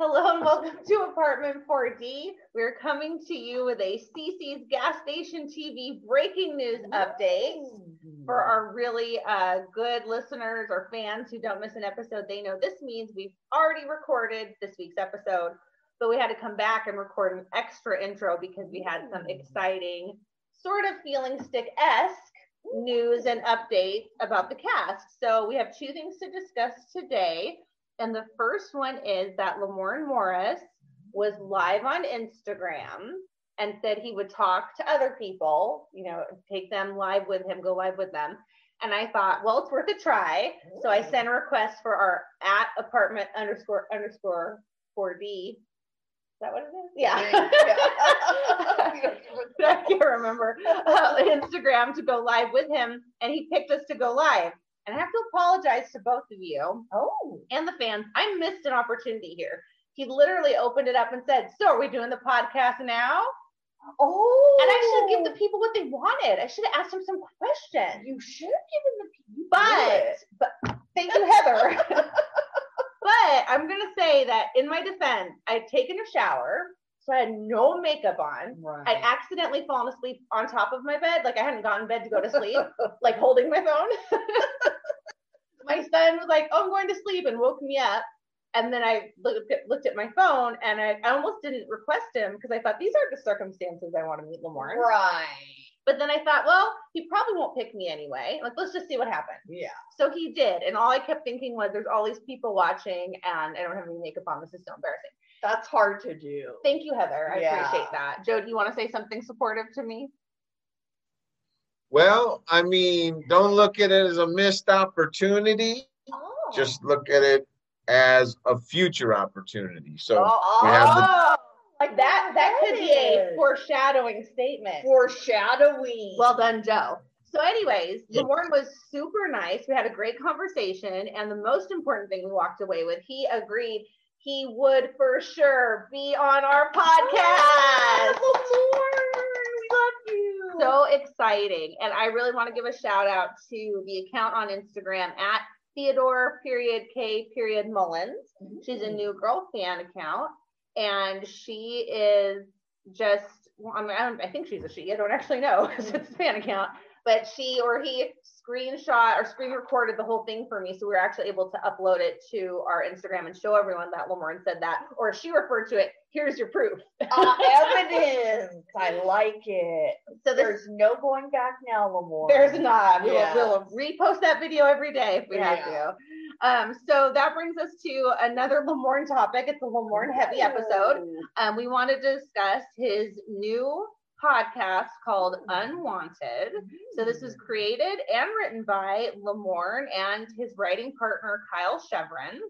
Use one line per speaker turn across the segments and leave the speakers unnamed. Hello and welcome to Apartment 4D. We're coming to you with a CC's gas station TV breaking news update for our really uh, good listeners or fans who don't miss an episode. They know this means we've already recorded this week's episode, but we had to come back and record an extra intro because we had some exciting, sort of feeling stick esque news and updates about the cast. So we have two things to discuss today. And the first one is that Lamorne Morris was live on Instagram and said he would talk to other people, you know, take them live with him, go live with them. And I thought, well, it's worth a try. So I sent a request for our at apartment underscore underscore 4D. Is that what it is? Yeah. I can't remember uh, Instagram to go live with him, and he picked us to go live. And I have to apologize to both of you
oh,
and the fans. I missed an opportunity here. He literally opened it up and said, "So are we doing the podcast now?"
oh!
And I should give the people what they wanted. I should have asked them some questions.
You should have given the.
But, but
thank you, Heather.
but I'm gonna say that in my defense, I'd taken a shower, so I had no makeup on.
right.
I'd accidentally fallen asleep on top of my bed, like I hadn't gotten in bed to go to sleep, like holding my phone. my son was like, "Oh, I'm going to sleep," and woke me up. And then I looked at, looked at my phone, and I, I almost didn't request him because I thought these aren't the circumstances I want to meet Lamorne.
right.
But then I thought, well, he probably won't pick me anyway. Like, let's just see what happens.
Yeah.
So he did, and all I kept thinking was, "There's all these people watching, and I don't have any makeup on. This is so embarrassing."
That's hard to do.
Thank you, Heather. I
Yeah.
appreciate that. Joe, do you want to say something supportive to me?
Well, I mean, don't look at it as a missed opportunity.
Oh.
Just look at it as a future opportunity. So
oh,
we have the-
like that that could be a foreshadowing statement
foreshadowing.
well done joe so anyways lauren was super nice we had a great conversation and the most important thing we walked away with he agreed he would for sure be on our
Oh,
podcast
Lamorne, we love you.
so exciting and i really want to give a shout out to the account on instagram at theodore period k period mullins She's a new girl fan account, and she is just. Well, I, mean, I, don't, I think she's a she. I don't actually know 'cause it's a fan account, but she or he screenshot or screen recorded the whole thing for me, so we were actually able to upload it to our Instagram and show everyone that Lamorne said that, or she referred to it. Here's your proof.
Ah, evidence. I like it.
So this
There's no going back now, Lamorne.
There's not. We
Yeah.
will we'll repost that video every day if we have to. Um, so that brings us to another Lamorne topic. It's a Lamorne heavy episode. um, we wanted to discuss his new podcast called Unwanted. So this was created and written by Lamorne and his writing partner Kyle Chevron,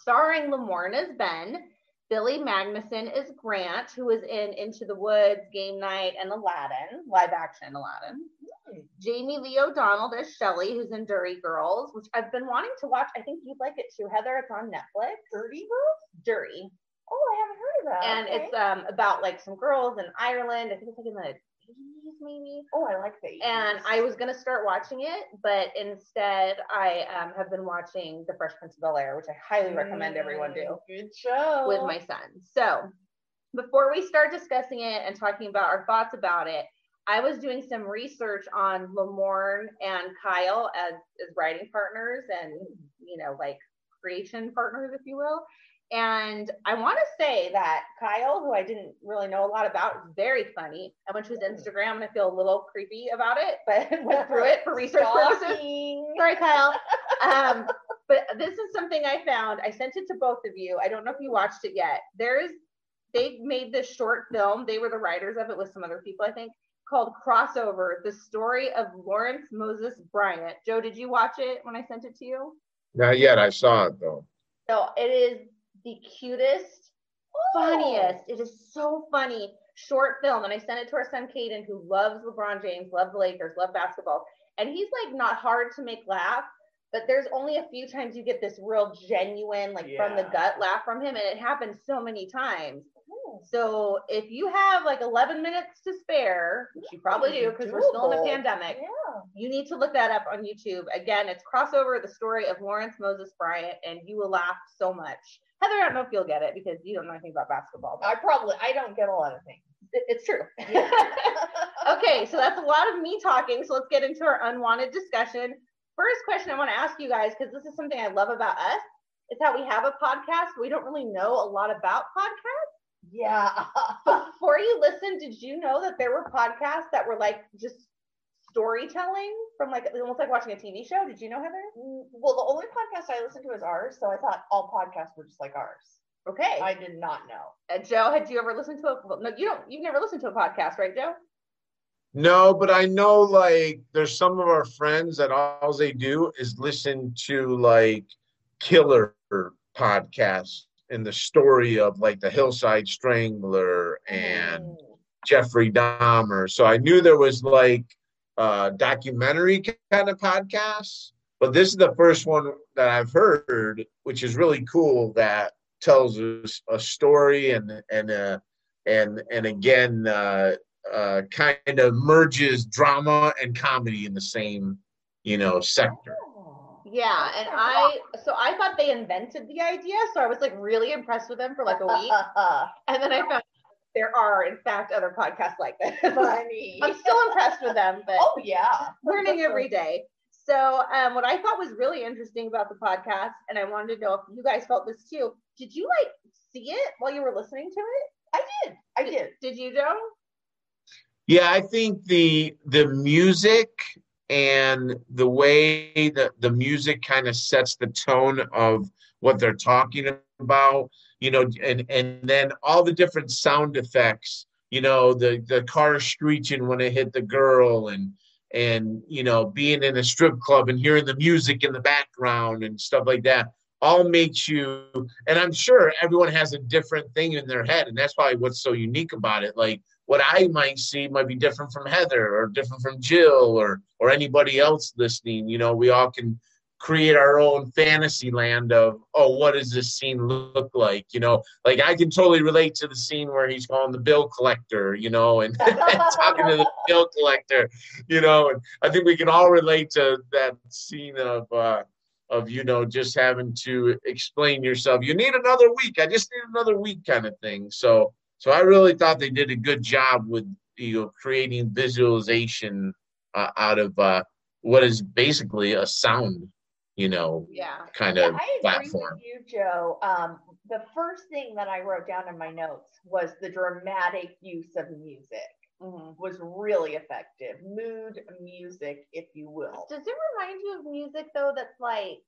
starring Lamorne as Ben. Billy Magnuson is Grant, who was in Into the Woods, Game Night, and Aladdin, live action Aladdin. Jamie Lee O'Donnell as Shelly, who's in Dirty Girls, which I've been wanting to watch. I think you'd like it too, Heather. It's on Netflix.
Dirty Girls?
Dirty
Oh, I haven't heard
and
of that. Okay.
it's um about like some girls in Ireland. I think it's like in the 80s maybe.
oh, I like the.
And
80s.
I was gonna start watching it, but instead I um, have been watching The Fresh Prince of Bel Air, which I highly recommend everyone do
Mm, Good show.
with my son. So before we start discussing it and talking about our thoughts about it, I was doing some research on Lamorne and Kyle as, as writing partners and you know like creation partners, if you will. And I want to say that Kyle, who I didn't really know a lot about, is very funny. I went to his Instagram and I feel a little creepy about it, but went through it for research purposes.
Stalking.
Sorry, Kyle. Um, but this is something I found. I sent it to both of you. I don't know if you watched it yet. There is, they made this short film. They were the writers of it with some other people, I think, called Crossover: The Story of Lawrence Moses Bryant. Joe, did you watch it when I sent it to you?
not yet. I saw it though.
So it is the cutest, Oh, funniest. It is so funny. Short film. And I sent it to our son Caden, who loves LeBron James, loves the Lakers, loves basketball. And he's like not hard to make laugh, but there's only a few times you get this real genuine, like from the
Yeah.
gut laugh from him. And it happens so many times. So if you have like 11 minutes to spare, which you probably do because we're still in a
Doable.
pandemic, you need to look that up on YouTube. Again, it's crossover the story of Lawrence Moses Bryant, and you will laugh so much. Heather, I don't know if you'll get it because you don't know anything about basketball. but
I probably I don't get a lot of things.
it- it's true.
Yeah.
okay, so that's a lot of me talking. So let's get into our unwanted discussion. First question I want to ask you guys, because this is something I love about us, is how we have a podcast. We don't really know a lot about podcasts.
yeah.
before you listen, did you know that there were podcasts that were like just storytelling from like almost like watching a TV show? Did you know Heather?
Mm, Well, the only podcast I listen to is ours, so I thought all podcasts were just like ours.
Okay,
I did not know.
uh, Joe, had you ever listened to a? Well, no, you don't. You've never listened to a podcast, right, Joe?
No, but I know like there's some of our friends that all they do is listen to like killer podcasts and the story of like the Hillside Strangler and
Mm.
Jeffrey Dahmer. So I knew there was like uh documentary kind of podcasts, but this is the first one that I've heard, which is really cool that tells us a story and and uh and and again uh uh kind of merges drama and comedy in the same you know sector.
Oh,
Yeah, and I so I thought they invented the idea, so I was like really impressed with them for like a week, and then I found there are in fact other podcasts like this.
Funny.
I'm still impressed with them, but
Oh yeah.
learning every day. So, um, what I thought was really interesting about the podcast, and I wanted to know if you guys felt this too. Did you like see it while you were listening to it?
I did. I did.
Did you, Joe?
Yeah, I think the the music and the way that the music kind of sets the tone of what they're talking about, you know, and and then all the different sound effects, you know, the the car screeching when it hit the girl and and you know, being in a strip club and hearing the music in the background and stuff like that all makes you and I'm sure everyone has a different thing in their head and that's probably what's so unique about it like what I might see might be different from Heather or different from Jill or or anybody else listening. You know, we all can create our own fantasy land of oh, what does this scene look like? You know, like I can totally relate to the scene where he's calling the bill collector. You know, and, and talking to the bill collector. You know, and I think we can all relate to that scene of. uh of you know just having to explain yourself you need another week i just need another week kind of thing so so I really thought they did a good job with you know creating visualization uh, out of uh, what is basically a sound, you know,
Yeah.
kind
Yeah,
of
I agree
platform.
with you, Joe. Um, the first thing that I wrote down in my notes was the dramatic use of music
Mm-hmm.
was really effective. Mood music, if you will.
Does it remind you of music though? That's like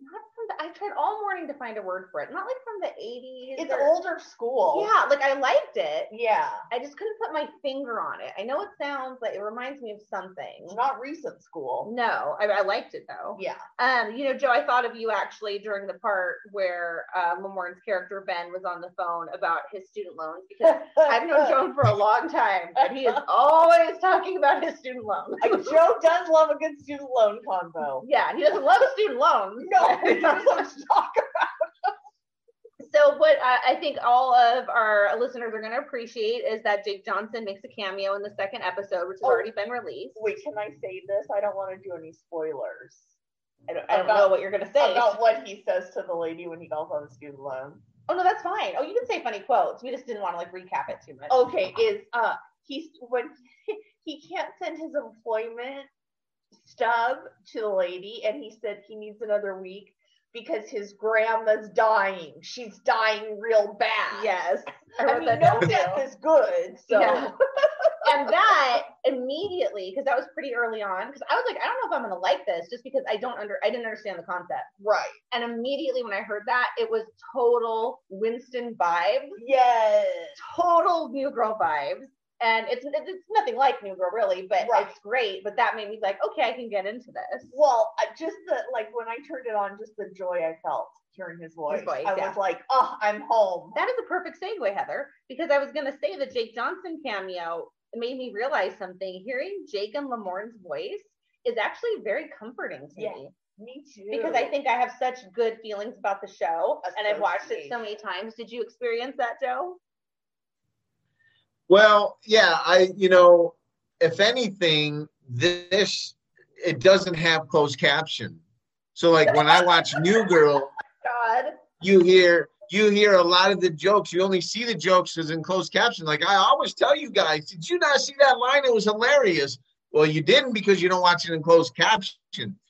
not from the. I tried all morning to find a word for it. Not like from the eighties.
It's older school.
Yeah, like I liked it.
Yeah.
I just couldn't put my finger on it. I know it sounds like it reminds me of something.
It's not recent school.
No, I, I liked it though.
Yeah.
Um, you know, Joe, I thought of you actually during the part where uh, Lamorne's character Ben was on the phone about his student loans because I've known Joe for a long time, but he is always talking about his student loans.
Joe does love a good student loan combo.
yeah, he doesn't love student loans.
No, he doesn't love stock.
So what I, I think all of our listeners are going to appreciate is that Jake Johnson makes a cameo in the second episode, which has
Oh.
already been released.
Wait, can I say this? I don't want to do any spoilers.
I don't, I don't
About-
know what you're going to say.
About what he says to the lady when he calls on the student loan.
Oh no, that's fine. Oh, you can say funny quotes. We just didn't want to like recap it too much.
okay is uh he's when he can't send his employment stub to the lady and he said he needs another week because his grandma's dying she's dying real bad
Yes.
i,
wrote
mean
that
no
down,
death
too.
is good so
Yeah. and that immediately, because that was pretty early on, because I was like, I don't know if I'm gonna like this just because I don't under I didn't understand the concept.
right
And immediately when I heard that, it was total Winston vibes,
yes
total new girl vibes. and it's it's nothing like New Girl really, but
Right.
it's great. But that made me like, okay, I can get into this.
Well, I- just the like when I turned it on, just the joy I felt hearing his voice.
voice,
I
yeah.
was like, oh, I'm home.
That is a perfect segue, Heather, because I was going to say the Jake Johnson cameo made me realize something. Hearing Jake and Lamorne's voice is actually very comforting to
Yeah.
me
Me too.
because I think I have such good feelings about the show and I've watched it so many
Association.
times. Did you experience that, Joe?
Well, yeah, I you know, if anything, this it doesn't have closed caption. So like when I watch New Girl,
God.
you hear you hear a lot of the jokes. You only see the jokes as in closed caption. Like I always tell you guys, did you not see that line? It was hilarious. Well, you didn't because you don't watch it in closed caption.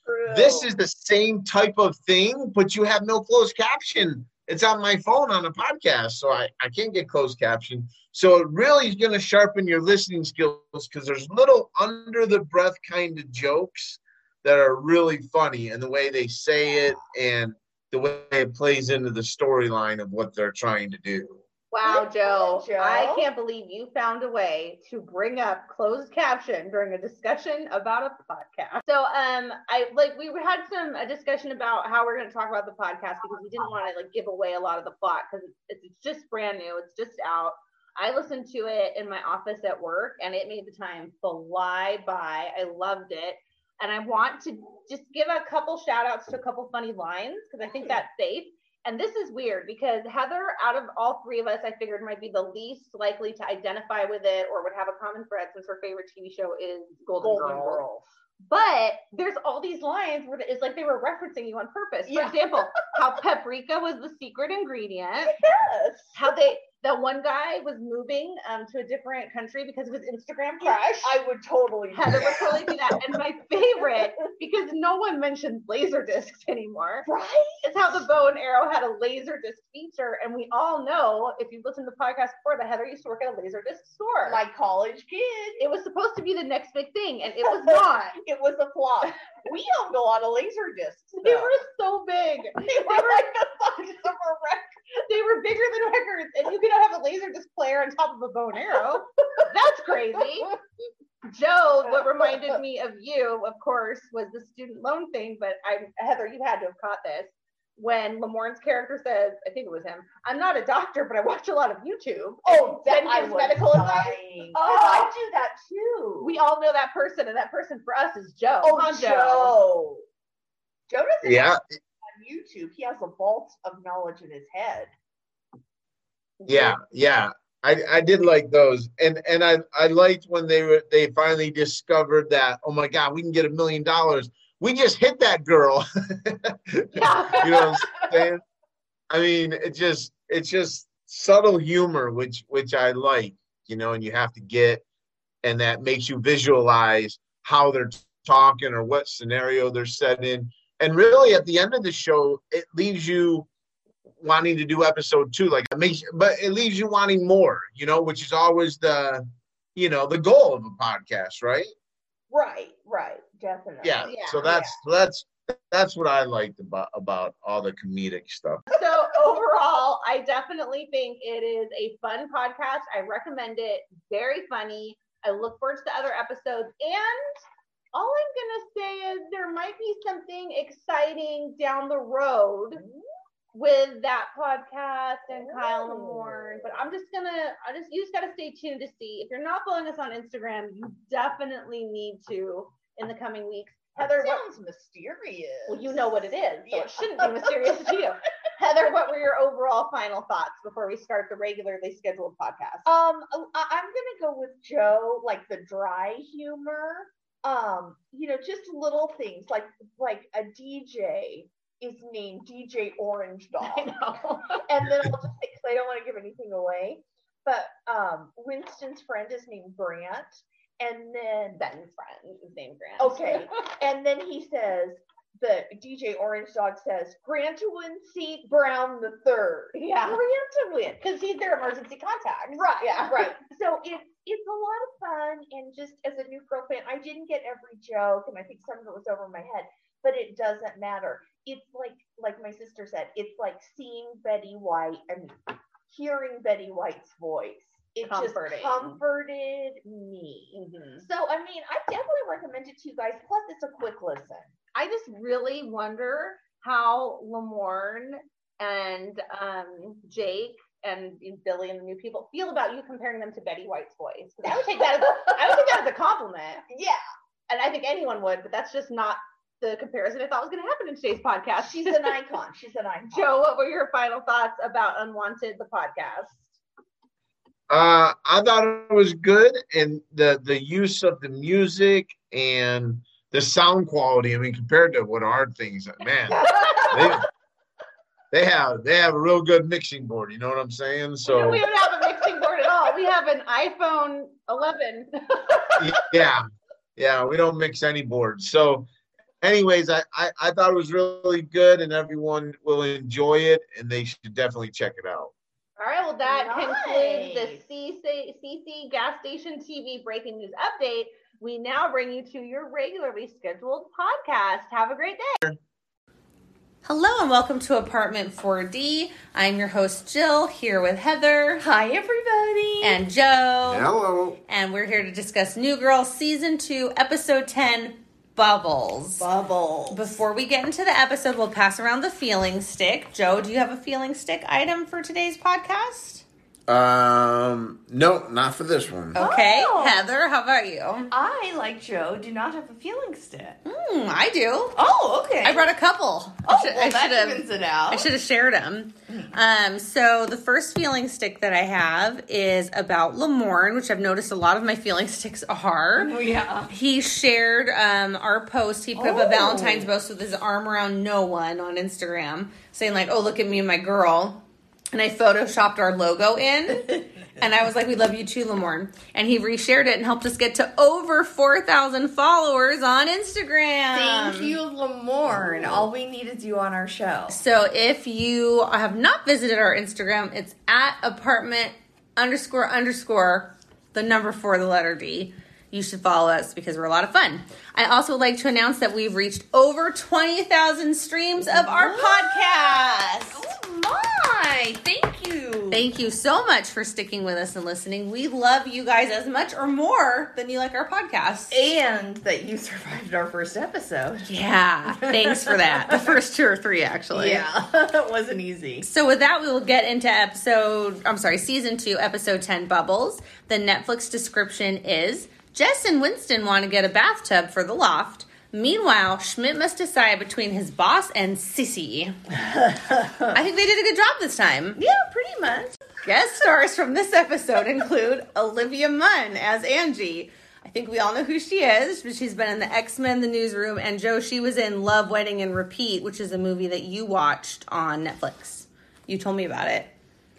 True.
This is the same type of thing, but you have no closed caption. It's on my phone on a podcast, so I, I can't get closed caption. So it really is going to sharpen your listening skills because there's little under the breath kind of jokes that are really funny and the way they say it and the way it plays into the storyline of what they're trying to do.
Wow,
Good
Joe.
job, Joe.
I can't believe you found a way to bring up closed caption during a discussion about a podcast. So, um, I like we had some a discussion about how we're going to talk about the podcast because we didn't want to like give away a lot of the plot because it's, it's just brand new. It's just out. I listened to it in my office at work, and it made the time fly by. I loved it, and I want to just give a couple shout outs to a couple funny lines because I think that's safe. And this is weird because Heather, out of all three of us, I figured might be the least likely to identify with it or would have a common thread since her favorite TV show is Golden,
Golden
Girls.
Girls.
But there's all these lines where it's like they were referencing you on purpose. For
Yeah.
example, how paprika was the secret ingredient,
Yes.
how they that one guy was moving um, to a different country because of his Instagram crush.
I would totally. do
Heather would
that.
totally do that. And my favorite, because no one mentions laser discs anymore,
Right?
it's how the bow and arrow had a laser disc feature. And we all know, if you've listened to the podcast before, that Heather used to work at a laser disc store.
My college kid.
it was supposed to be the next big thing, and it was not.
It was a flop. We owned a lot of laser discs.
They
though.
were so big.
they were like the size of a record.
They were bigger than records, and you could have a laser disc player on top of a bow and arrow. That's crazy. Joe, what reminded me of you, of course, was the student loan thing, but I Heather, you had to have caught this. When Lamorne's character says, I think it was him, I'm not a doctor, but I watch a lot of YouTube.
Oh,
Then
that I
gives
was
medical advice?
dying.
Oh.
Oh, I do that too.
We all know that person, and that person for us is Joe.
oh,
Huh,
Joe. Joe doesn't
Yeah.
on YouTube. He has a vault of knowledge in his head.
Yeah, yeah. I, I did like those. And and I, I liked when they were they finally discovered that, oh my god, we can get a million dollars. We just hit that girl.
Yeah.
You know what I'm saying? I mean, it just it's just subtle humor, which which I like, you know, and you have to get and that makes you visualize how they're talking or what scenario they're set in. And really at the end of the show, it leaves you wanting to do episode two. Like it makes but it leaves you wanting more, you know, which is always the you know, the goal of a podcast, right?
Right, right, definitely.
Yeah.
Yeah,
so that's that's that's what I liked about about all the comedic stuff.
so overall, I definitely think it is a fun podcast. I recommend it. Very funny. I look forward to the other episodes. And all I'm gonna say is there might be something exciting down the road with that podcast and Kyle
Ooh.
Lamorne. But I'm just gonna I just you just gotta stay tuned to see. If you're not following us on Instagram, you definitely need to in the coming weeks. Heather,
Heather
what
sounds mysterious.
well, you know what it is, so
Yeah.
it shouldn't be mysterious to you. Heather, what were your overall final thoughts before we start the regularly scheduled podcast?
Um, I- I'm gonna go with Joe, like the dry humor. Um, you know, just little things like like a DJ is named DJ Orange
I
Dog,
know.
and then I'll just say because I don't want to give anything away, but um, Winston's friend is named Grant, and then
Ben's friend is named Grant.
Okay. and then he says the DJ Orange Dog says Grantwin C. Brown the third.
yeah.
Grantwin.
Because he's their emergency contact.
Right.
Yeah.
Right. So it's it's a lot of fun and just as a new girl fan, I didn't get every joke and I think some of it was over my head, but it doesn't matter. It's like like my sister said, it's like seeing Betty White. I mean, hearing Betty White's voice.
it
Comforting.
just comforted me.
Mm-hmm.
Mhm.
So I mean, I definitely recommend it to you guys. Plus, it's a quick listen.
I just really wonder how Lamorne and um, Jake and Billy and the new people feel about you comparing them to Betty White's voice. 'Cause I would take that as I would take that as a compliment,
Yeah,
and I think anyone would, but that's just not the comparison I thought was going to happen in today's podcast.
she's an icon. She's an icon.
Joe, what were your final thoughts about Unwanted, the podcast?
Uh, I thought it was good, and the the use of the music and the sound quality. I mean, compared to what our things, man, they, they have they have a real good mixing board. You know what I'm saying? So
we don't have a mixing board at all. We have an iPhone 11.
yeah, yeah, we don't mix any boards. So, anyways, I, I I thought it was really good, and everyone will enjoy it, and they should definitely check it out.
All right, well, that concludes
Nice.
the CC, CC Gas Station TV breaking news update. We now bring you to your regularly scheduled podcast. Have a great day.
Hello and welcome to Apartment 4D. I'm your host Jill here with Heather
Hi, everybody.
and Joe.
Hello.
And we're here to discuss New Girl Season 2, Episode 10, Bubbles.
Bubble.
Before we get into the episode, we'll pass around the feeling stick. Joe, do you have a feeling stick item for today's podcast?
Um, no, not for this one.
Okay.
Oh.
Heather, how about you?
I, like Joe, do not have a feeling stick.
Hmm, I do.
Oh, okay.
I brought a couple.
Oh,
I should-
well,
I
that
should've-
evens it out.
I should have shared them. Um, so the first feeling stick that I have is about Lamorne, which I've noticed a lot of my feeling sticks are.
Oh, Yeah.
He shared um, our post. He put up a
Oh.
Valentine's post with his arm around no one on Instagram, saying like, "Oh, look at me and my girl." And I photoshopped our logo in, and I was like, "We love you too, Lamorne." And he reshared it and helped us get to over four thousand followers on Instagram.
Thank you, Lamorne. All we need is you on our show.
So if you have not visited our Instagram, it's at apartment underscore underscore the number four, the letter D. You should follow us because we're a lot of fun. I also would like to announce that we've reached over 20,000 streams of our podcast.
Oh, my. Thank you.
Thank you so much for sticking with us and listening. We love you guys as much or more than you like our podcast.
and that you survived our first episode.
Yeah, thanks for that. The first two or three, actually.
Yeah. it wasn't easy.
So with that, we will get into episode. I'm sorry, season two, episode ten, bubbles. The Netflix description is: Jess and Winston want to get a bathtub for the loft. Meanwhile, Schmidt must decide between his boss and Sissy. I think they did a good job this time.
Yeah, pretty much.
Guest stars from this episode include Olivia Munn as Angie. I think we all know who she is, but she's been in the X Men, the newsroom, and Joe, she was in Love, Wedding, and Repeat, which is a movie that you watched on Netflix. You told me about it.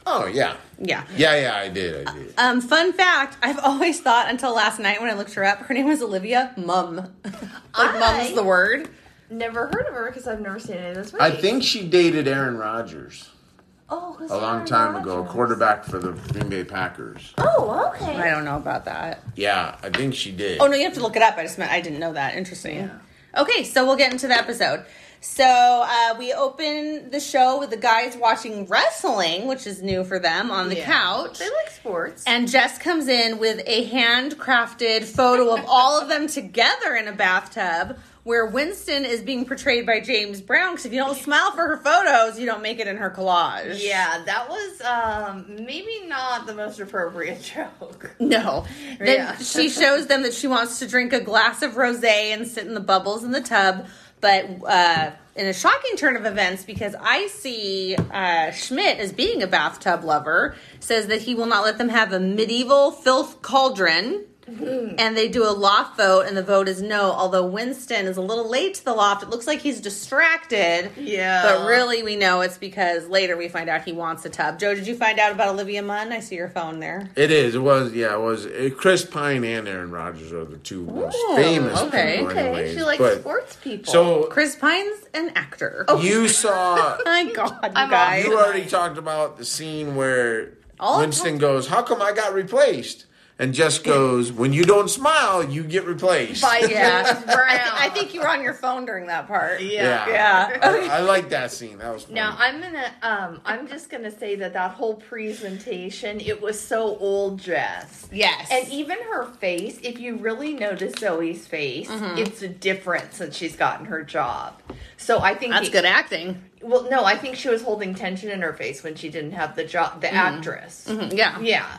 Oh yeah,
Yeah.
yeah, yeah. I did, I did.
Um, fun fact, I've always thought until last night when I looked her up, her name was Olivia Mum. like mum's the word.
Never heard of her because I've never seen any of this movie.
I think she dated Aaron Rodgers
Oh, who's
a long
Aaron
time ago, a
Rodgers?
quarterback for the Green Bay Packers.
Oh, okay.
I don't know about that.
Yeah, I think she did.
Oh no, you have to look it up. I just meant I didn't know that. Interesting. Okay, so we'll get into the episode. So uh, we open the show with the guys watching wrestling, which is new for them on the
Yeah.
couch.
They like sports.
And Jess comes in with a handcrafted photo of all of them together in a bathtub where Winston is being portrayed by James Brown because if you don't smile for her photos, you don't make it in her collage.
Yeah, that was um, maybe not the most appropriate joke.
No. Then
Yeah.
she shows them that she wants to drink a glass of rosé and sit in the bubbles in the tub, but uh, in a shocking turn of events, because I see uh, Schmidt as being a bathtub lover, says that he will not let them have a medieval filth cauldron.
Mm-hmm.
And they do a loft vote, and the vote is no. Although Winston is a little late to the loft, it looks like he's distracted.
Yeah.
But really, we know it's because later we find out he wants a tub. Joe, did you find out about Olivia Munn? I see your phone there.
It is. It was. Yeah, it was. uh Chris Pine and Aaron Rodgers are the two most famous
Oh, okay,
people,
Okay,
anyways.
she likes
but,
sports people.
So
Chris Pine's an actor. Oh
you saw.
my god, you
I'm
guys.
You already talked about the scene where
All I'm
Winston goes, "How come I got replaced?" and Jess goes, "When you don't smile, you get replaced."
By
Yeah.
James Brown.
I, th- I think you were on your phone during that part.
Yeah.
Yeah.
I, I like that scene. That was funny.
Now I'm gonna. Um, I'm just gonna say that that whole presentation it was so old dress.
Yes.
And even her face, if you really notice Zoe's face,
Mm-hmm.
it's a difference since she's gotten her job. So I think
That's
it-
good acting.
Well, no, I think she was holding tension in her face when she didn't have the job, the
Mm-hmm.
actress.
Yeah.
Yeah.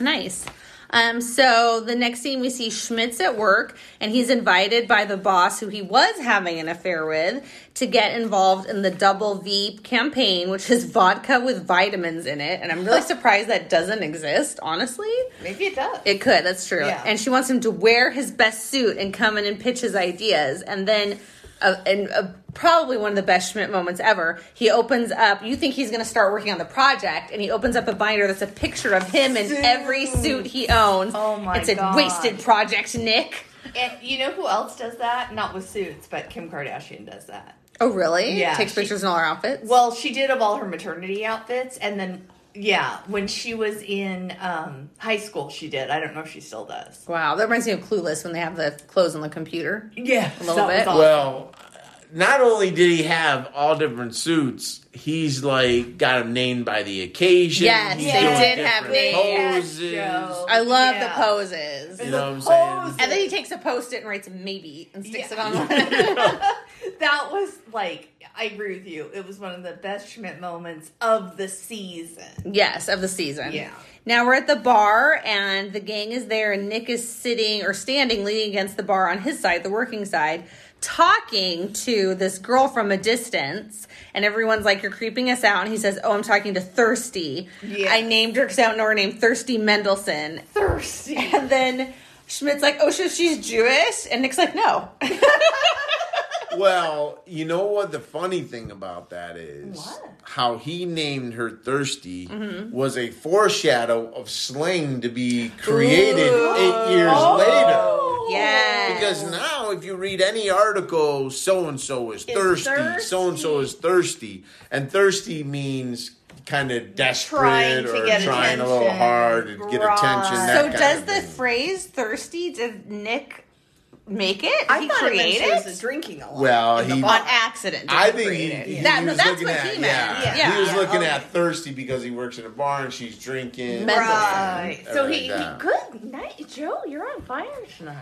Nice. Um, so the next scene we see Schmidt's at work and he's invited by the boss who he was having an affair with to get involved in the double V campaign, which is vodka with vitamins in it. And I'm really surprised that doesn't exist, honestly.
Maybe it does.
It could, that's true.
Yeah.
And she wants him to wear his best suit and come in and pitch his ideas. And then, uh, and uh, probably one of the best Schmidt moments ever, he opens up, you think he's going to start working on the project, and he opens up a binder that's a picture of him in every suit he owns.
Oh my
It's a
God.
wasted project, Nick.
and you know who else does that? Not with suits, but Kim Kardashian does that.
Oh, really?
Yeah,
Takes
she-
pictures in all her outfits?
Well, she did of all her maternity outfits, and then yeah, when she was in um, high school, she did. I don't know if she still does.
wow, that reminds me of Clueless when they have the clothes on the computer.
Yeah, a
little bit.
Well, not only did he have all different suits, he's like got him named by the occasion.
Yes,
He's
they
doing
did have
different
names.
poses.
I love
Yeah.
the poses.
You know what
Poses.
I'm saying?
And then he takes a post it and writes maybe and sticks
Yeah.
it on one.
that was like I agree with you. It was one of the best Schmidt moments of the season.
yes, of the season.
Yeah.
Now we're at the bar and the gang is there and Nick is sitting or standing leaning against the bar on his side, the working side, talking to this girl from a distance. And everyone's like, You're creeping us out. And he says, Oh, I'm talking to Thirsty.
Yeah.
I named her because I don't know her name, Thirsty Mendelson.
Thirsty.
And then Schmidt's like, Oh, so she's Jewish? And Nick's like, No.
Well, you know what the funny thing about that is?
What?
How he named her Thirsty
Mm-hmm.
was a foreshadow of slang to be created eight years
Oh.
Oh.
later.
yes.
Because now, if you read any article, so and so is thirsty,
thirsty.
so and so is thirsty, and thirsty means kind of desperate
Trying to
or
get
trying a little
attention.
hard to get
Right.
attention. That
So
kind
does
of
the
thing.
phrase thirsty did Nick make it?
I
he
thought it meant
created
she was drinking a lot.
Well,
in the
Uh, he-
on
bar.
accident. did
I
he
think he,
create it?
he-
that,
he
no,
was
that's
looking
what
at
he meant.
Yeah.
Yeah,
he was
yeah.
looking
okay.
at thirsty because he works in a bar and she's drinking.
Mental.
Right.
and
So
everything
he,
like that.
he good night, Joe. You're on fire tonight.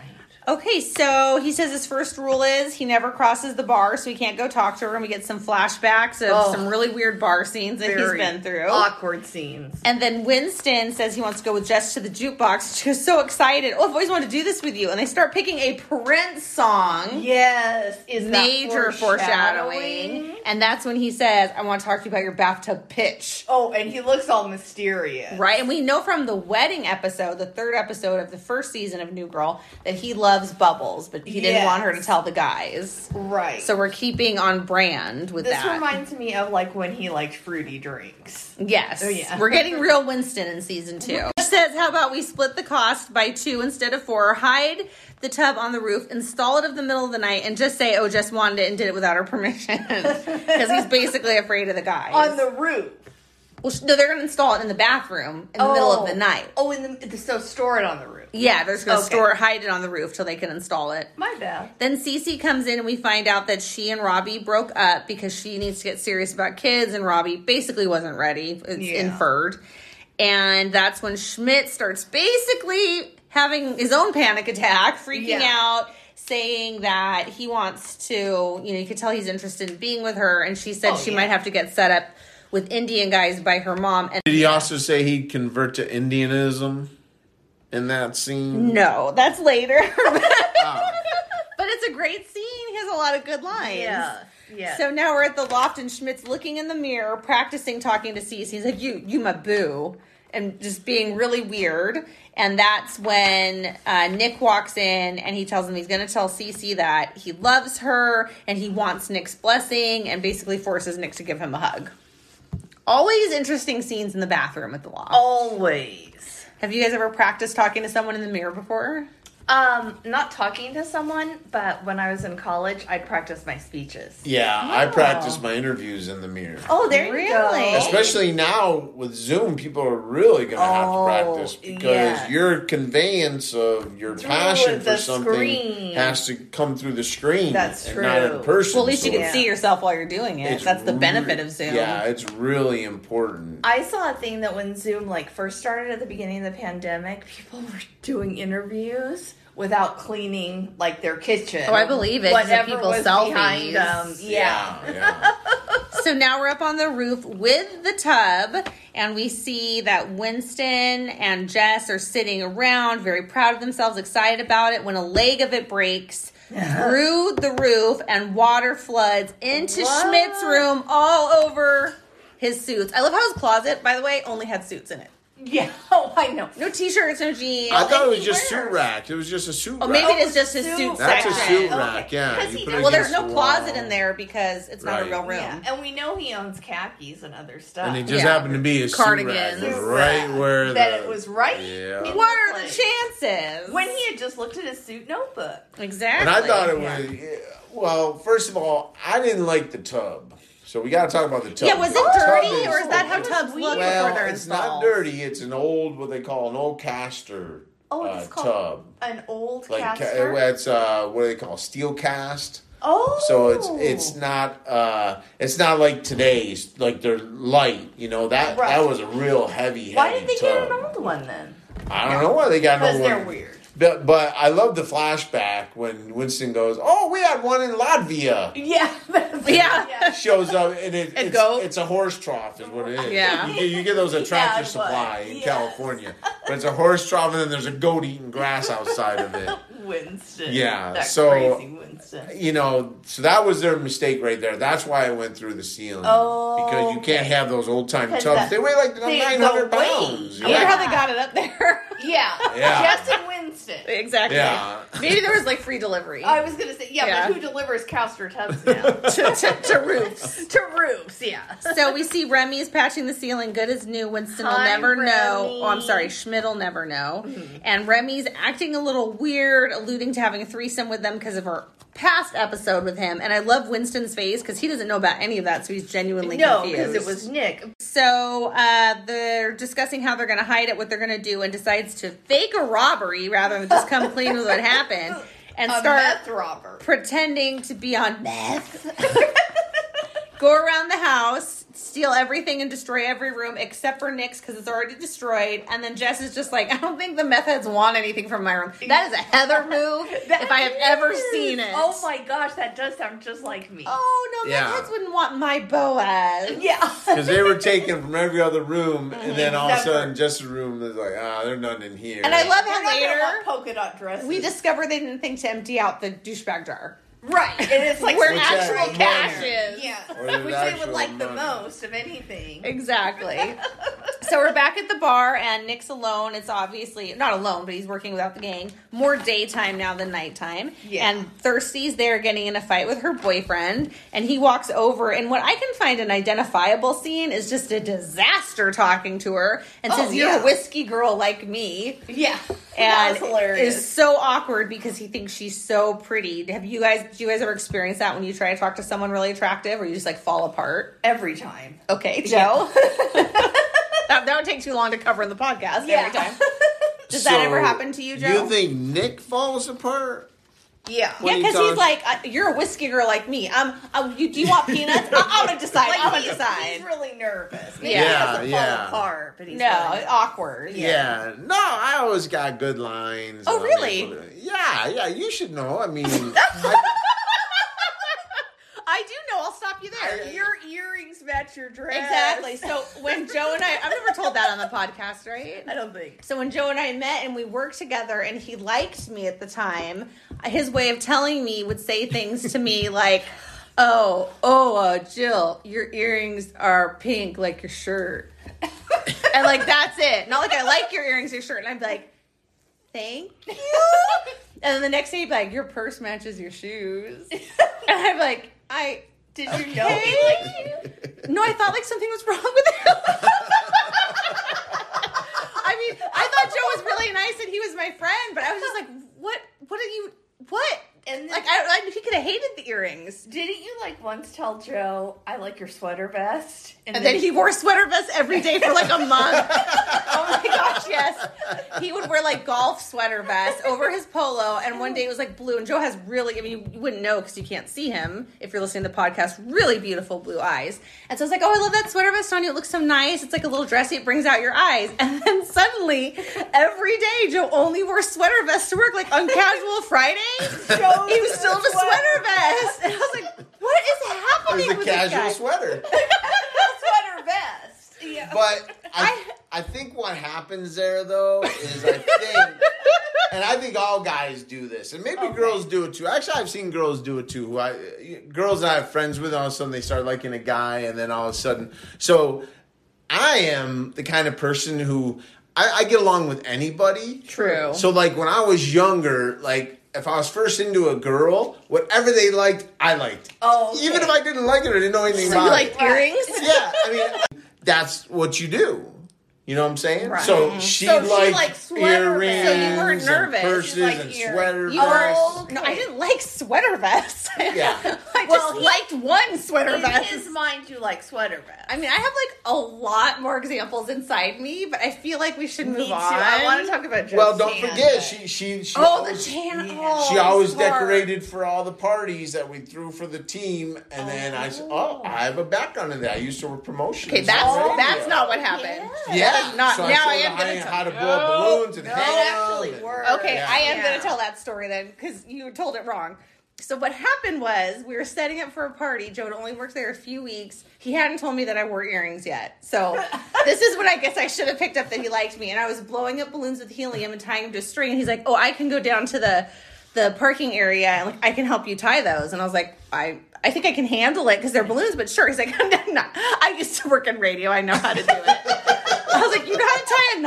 Okay, so he says his first rule is he never crosses the bar, so he can't go talk to her. And we get some flashbacks of
Oh.
some really weird bar scenes that he's
Very
been through.
awkward scenes.
And then Winston says he wants to go with Jess to the jukebox. She was so excited. Oh, I've always wanted to do this with you. And they start picking a Prince song.
Yes, is that
Major foreshadowing. And that's when he says, I want to talk to you about your bathtub pitch.
Oh, and he looks all mysterious.
Right, and we know from the wedding episode, the third episode of the first season of New Girl, that he loves bubbles, but he didn't
Yes.
want her to tell the guys.
Right.
So we're keeping on brand with
this
that.
reminds me of like when he liked fruity drinks.
yes,
Oh, yeah.
we're getting real Winston in season two. She says, "How about we split the cost by two instead of four? Hide the tub on the roof, install it of the middle of the night, and just say, oh, Jess wanted it and did it without her permission.' Because he's basically afraid of the guys.
On the roof.
well, sh- no, they're going to install it in the bathroom in the middle of the night.
Oh, in the so store it on the roof.
Yeah, they're just gonna
Okay.
store it, hide it on the roof till they can install it.
My bad.
Then Cece comes in and we find out that she and Robbie broke up because she needs to get serious about kids and Robbie basically wasn't ready. It's
Yeah.
inferred. And that's when Schmidt starts basically having his own panic attack, freaking
Yeah.
out, saying that he wants to, you know, you could tell he's interested in being with her and she said
Oh,
she
yeah.
might have to get set up with Indian guys by her mom and
Did he also say he'd convert to Indianism in that scene?
no, that's later.
Oh.
But it's a great scene. He has a lot of good lines.
Yeah. Yeah.
So now we're at the loft, and Schmidt's looking in the mirror, practicing talking to Cece. He's like, "You, you, my boo," and just being really weird. And that's when uh, Nick walks in, and he tells him he's going to tell Cece that he loves her and he wants Nick's blessing, and basically forces Nick to give him a hug. Always interesting scenes in the bathroom at the loft.
always.
Have you guys ever practiced talking to someone in the mirror before?
Um, not talking to someone, but when I was in college, I practiced my speeches.
Yeah, I practice my interviews in the mirror.
Oh, there
Really?
you go.
Especially now with Zoom, people are really going to
Oh,
have to practice because
yeah.
your conveyance of your
Through
passion
the
for something
screen.
has to come through the screen.
That's
and Not
true.
in person.
Well, at least you
so
can
Yeah.
see yourself while you're doing it.
it's
That's the
re-
benefit of Zoom.
Yeah, it's really important.
I saw a thing that when Zoom like first started at the beginning of the pandemic, people were doing interviews without cleaning like their kitchen.
Oh, I believe it, 'cause of people's selfies.
yeah. Oh,
yeah.
So now we're up on the roof with the tub, and we see that Winston and Jess are sitting around, very proud of themselves, excited about it, when a leg of it breaks through the roof and water floods into Schmidt's room all over his suits. I love how his closet, by the way, only had suits in it.
Yeah. Oh, I know.
No t shirts, no jeans.
I thought it was
he
just
wears-
suit rack. It was just a suit
Oh,
rack.
maybe it is just his
Suit.
suit
That's a
section.
suit rack, yeah.
'Cause
You
he
put it
does-
Well, there's
against
no
the
closet
wall.
in there because it's not a
Right.
real room.
Yeah, and we know he owns khakis and other stuff.
And it just
Yeah.
happened to be a
Cardigans.
suit rack,
Suit
right
rack.
where
that
the,
it was right.
Yeah.
in
What are the
place.
chances?
When he had just looked at his suit notebook.
exactly.
And I thought it was yeah, well. First of all, I didn't like the tub, so we got to talk about the tub.
Yeah, was it
The tub
dirty or is that how
it was
tubs look
well,
before they're
it's
installed?
not dirty. It's an old what they call an old caster
Oh,
uh,
it's called
tub.
an old
Like ca-
caster.
it's uh, what do they call steel cast?
oh,
So it's it's not uh, it's not like today's like they're light. You know that
Right.
that was a real heavy.
Why
heavy
did they
tub.
get an old one then?
I don't know why they got no
Because they're
one.
weird.
But, but I love the flashback when Winston goes, "Oh, we had one in Latvia."
Yeah. that's-
Yeah.
Shows up and it, it's,
goat.
it's a horse trough is what it is.
Yeah.
you, get- you get those at
Yeah,
Tractor
it was.
Supply in
Yes.
California, but it's a horse trough and then there's a goat eating grass outside of it.
Winston.
Yeah,
That
so-
crazy Winston.
You know, so that was their mistake right there. That's why it went through the ceiling
Oh,
because you can't have those old time
'Cause
tubs.
that-
they weigh like
they-
nine hundred
the weight.
pounds.
I wonder
Yeah.
how they got it up there.
Yeah.
Yeah.
Jess and Winston.
exactly.
Yeah.
Maybe there was like free delivery
I was gonna say yeah,
Yeah.
but who delivers Cowster tubs now?
to, to, to roofs.
to roofs, yeah.
So we see Remy's patching the ceiling good as new. Winston will
Hi,
never know.
Remy. Mm-hmm.
Oh, I'm sorry, Schmidt will never know. And Remy's acting a little weird, alluding to having a threesome with them because of her past episode with him. And I love Winston's face because he doesn't know about any of that, so he's genuinely
No,
confused.
because it was Nick. Um,
So uh, they're discussing how they're going to hide it, what they're going to do, and decides to fake a robbery rather than just come clean with what happened and
A
start
meth robber.
pretending to be on meth. Go around the house, steal everything, and destroy every room except for Nick's because it's already destroyed. And then Jess is just like, I don't think the meth heads want anything from my room. That is a Heather move if I have ever seen it.
Oh my gosh, that does sound just like me.
Oh, no, meth
Yeah.
heads wouldn't want my Boaz.
Yeah.
Because they were taken from every other room, and then all of a
Except for-
sudden, just a room is like, ah, there's none in here.
And I love
They're
how
not gonna
later.
want polka dot dresses.
we discover they didn't think to empty out the douchebag jar.
right, and it's like
Where
Which
actual
had
cash
money.
is.
yeah,
Or there's
which they would
actual
like the
money.
most of anything.
Exactly. so we're back at the bar, and Nick's alone. It's obviously not alone, but he's working without the gang. More daytime now than nighttime.
Yeah.
And Thirsty's there getting in a fight with her boyfriend, and he walks over. And what I can find an identifiable scene is just a disaster talking to her and
Oh,
says, You're
yeah.
a whiskey girl like me.
Yeah,
and
that was hilarious.
is so awkward because he thinks she's so pretty. Have you guys? Do you guys ever experience that when you try to talk to someone really attractive, or you just like fall apart?
Every time.
Okay, Joe. that, that would take too long to cover in the podcast
Yeah.
every time. Does that ever happen to you, Joe?
You think Nick falls apart?
Yeah.
yeah,
are you
because
talking-
he's like, uh, you're a whiskey girl like me. Um, uh, you, do you want peanuts? I, I'm gonna decide.
Like,
I'm gonna
he's,
decide.
he's really nervous. Maybe
Yeah,
he doesn't
yeah.
fall apart, but he's
no,
really-
awkward.
Yeah. No, I always got good lines.
Oh,
and I'm
really?
able to- yeah, yeah. You should know. I mean, I,
I do know. I'll stop you there.
Your earrings match your dress.
exactly. So when Joe and I, I've never told that on the podcast, right?
I don't think.
So when Joe and I met and we worked together and he liked me at the time, his way of telling me would say things to me like, "Oh, oh, uh, Jill, your earrings are pink like your shirt," and like that's it. Not like I like your earrings, your shirt, and I'd be like, "Thank you." And then the next day he'd be like, "Your purse matches your shoes," and I'm like, "I."
Did you know? he
Okay.
liked you?
No, I thought like something was wrong with him. I mean, I thought Joe was really nice and he was my friend, but I was just like, what
once tell Joe, I like your sweater best.
And then he wore sweater vests every day for like a month. oh my gosh, yes. He would wear like golf sweater vests over his polo, and one day it was like blue. And Joe has really, I mean, you wouldn't know because you can't see him if you're listening to the podcast, really beautiful blue eyes. And so I was like, oh, I love that sweater vest on you. It looks so nice. It's like a little dressy, it brings out your eyes. And then suddenly, every day, Joe only wore sweater vests to work, like on casual Friday. he was still in a sweater vest. And I was like, what is happening
There's a
with this
casual
guy?
sweater.
sweater vest. Yeah.
But I, I think what happens there though is I think, and I think all guys do this, and maybe girls do it too. Actually, I've seen girls do it too. Who I, girls that I have friends with, all of a sudden they start liking a guy, and then all of a sudden, so I am the kind of person who I, I get along with anybody.
True.
So like when I was younger, like if I was first into a girl, whatever they liked, I liked.
Oh, okay.
even if I didn't like it or didn't know anything
So
about
you
it
like earrings?
yeah, I mean, that's what you do. You know what I'm saying?
Right.
So
Mm-hmm.
she
So she
liked
liked sweater
earrings,
bands. So
you weren't nervous.
and
You
purses,
liked
and
earrings.
sweater
You were-
Oh,
vests.
No, I didn't like sweater vests.
Yeah.
I
Well,
just
he-
liked one sweater
In
vest.
his mind, you like sweater vest.
I mean, I have like a lot more examples inside me, but I feel like we should move
Me too.
on.
I want to talk about Joe.
Well, don't
Sand,
forget,
but-
she she she.
Oh, the
always,
tan.
Yeah.
Oh,
she always
scarf.
decorated for all the parties that we threw for the team, and then I said, "Oh, I have a background in that. I used to work promotions."
Okay, that's
on
that's
radio.
not what happened.
Yeah,
not-
so
now I
showed
am
her
gonna
how,
tell-
how to blow up balloons and
No,
hang
it
'em
actually
and-
worked.
Okay,
Yeah.
I am
Yeah.
going to tell that story then because you told it wrong. So what happened was we were setting up for a party. Joe had only worked there a few weeks. He hadn't told me that I wore earrings yet. So this is when I guess I should have picked up that he liked me. And I was blowing up balloons with helium and tying them to a string. And he's like, "Oh, I can go down to the the parking area and like I can help you tie those." And I was like, "I." I think I can handle it because they're balloons, but sure. He's like, I'm not, I used to work in radio. I know how to do it. I was like, you know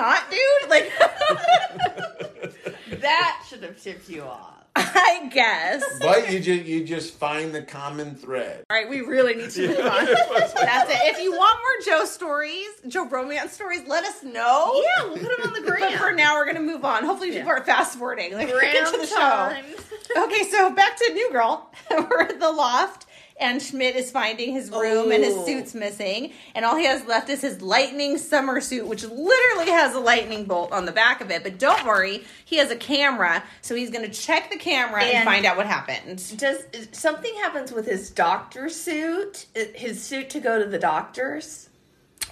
how to tie a knot, dude? Like,
that should have tipped you off.
I guess.
But you just you just find the common thread.
All right, we really need to move on. That's it. If you want more Joe stories, Joe romance stories, let us know.
Yeah, we'll put him on the
But
gram.
for now, we're gonna move on. Hopefully, people are fast forwarding. Like, get to the show.
time.
Okay, so back to New Girl. we're at the loft, and Schmidt is finding his room, and his
Ooh.
suit's missing, and all he has left is his lightning summer suit, which literally has a lightning bolt on the back of it. But don't worry, he has a camera, so he's gonna check the camera and,
And-
find out what happened.
Does something happens with his doctor suit? His suit to go to the doctor's. E-,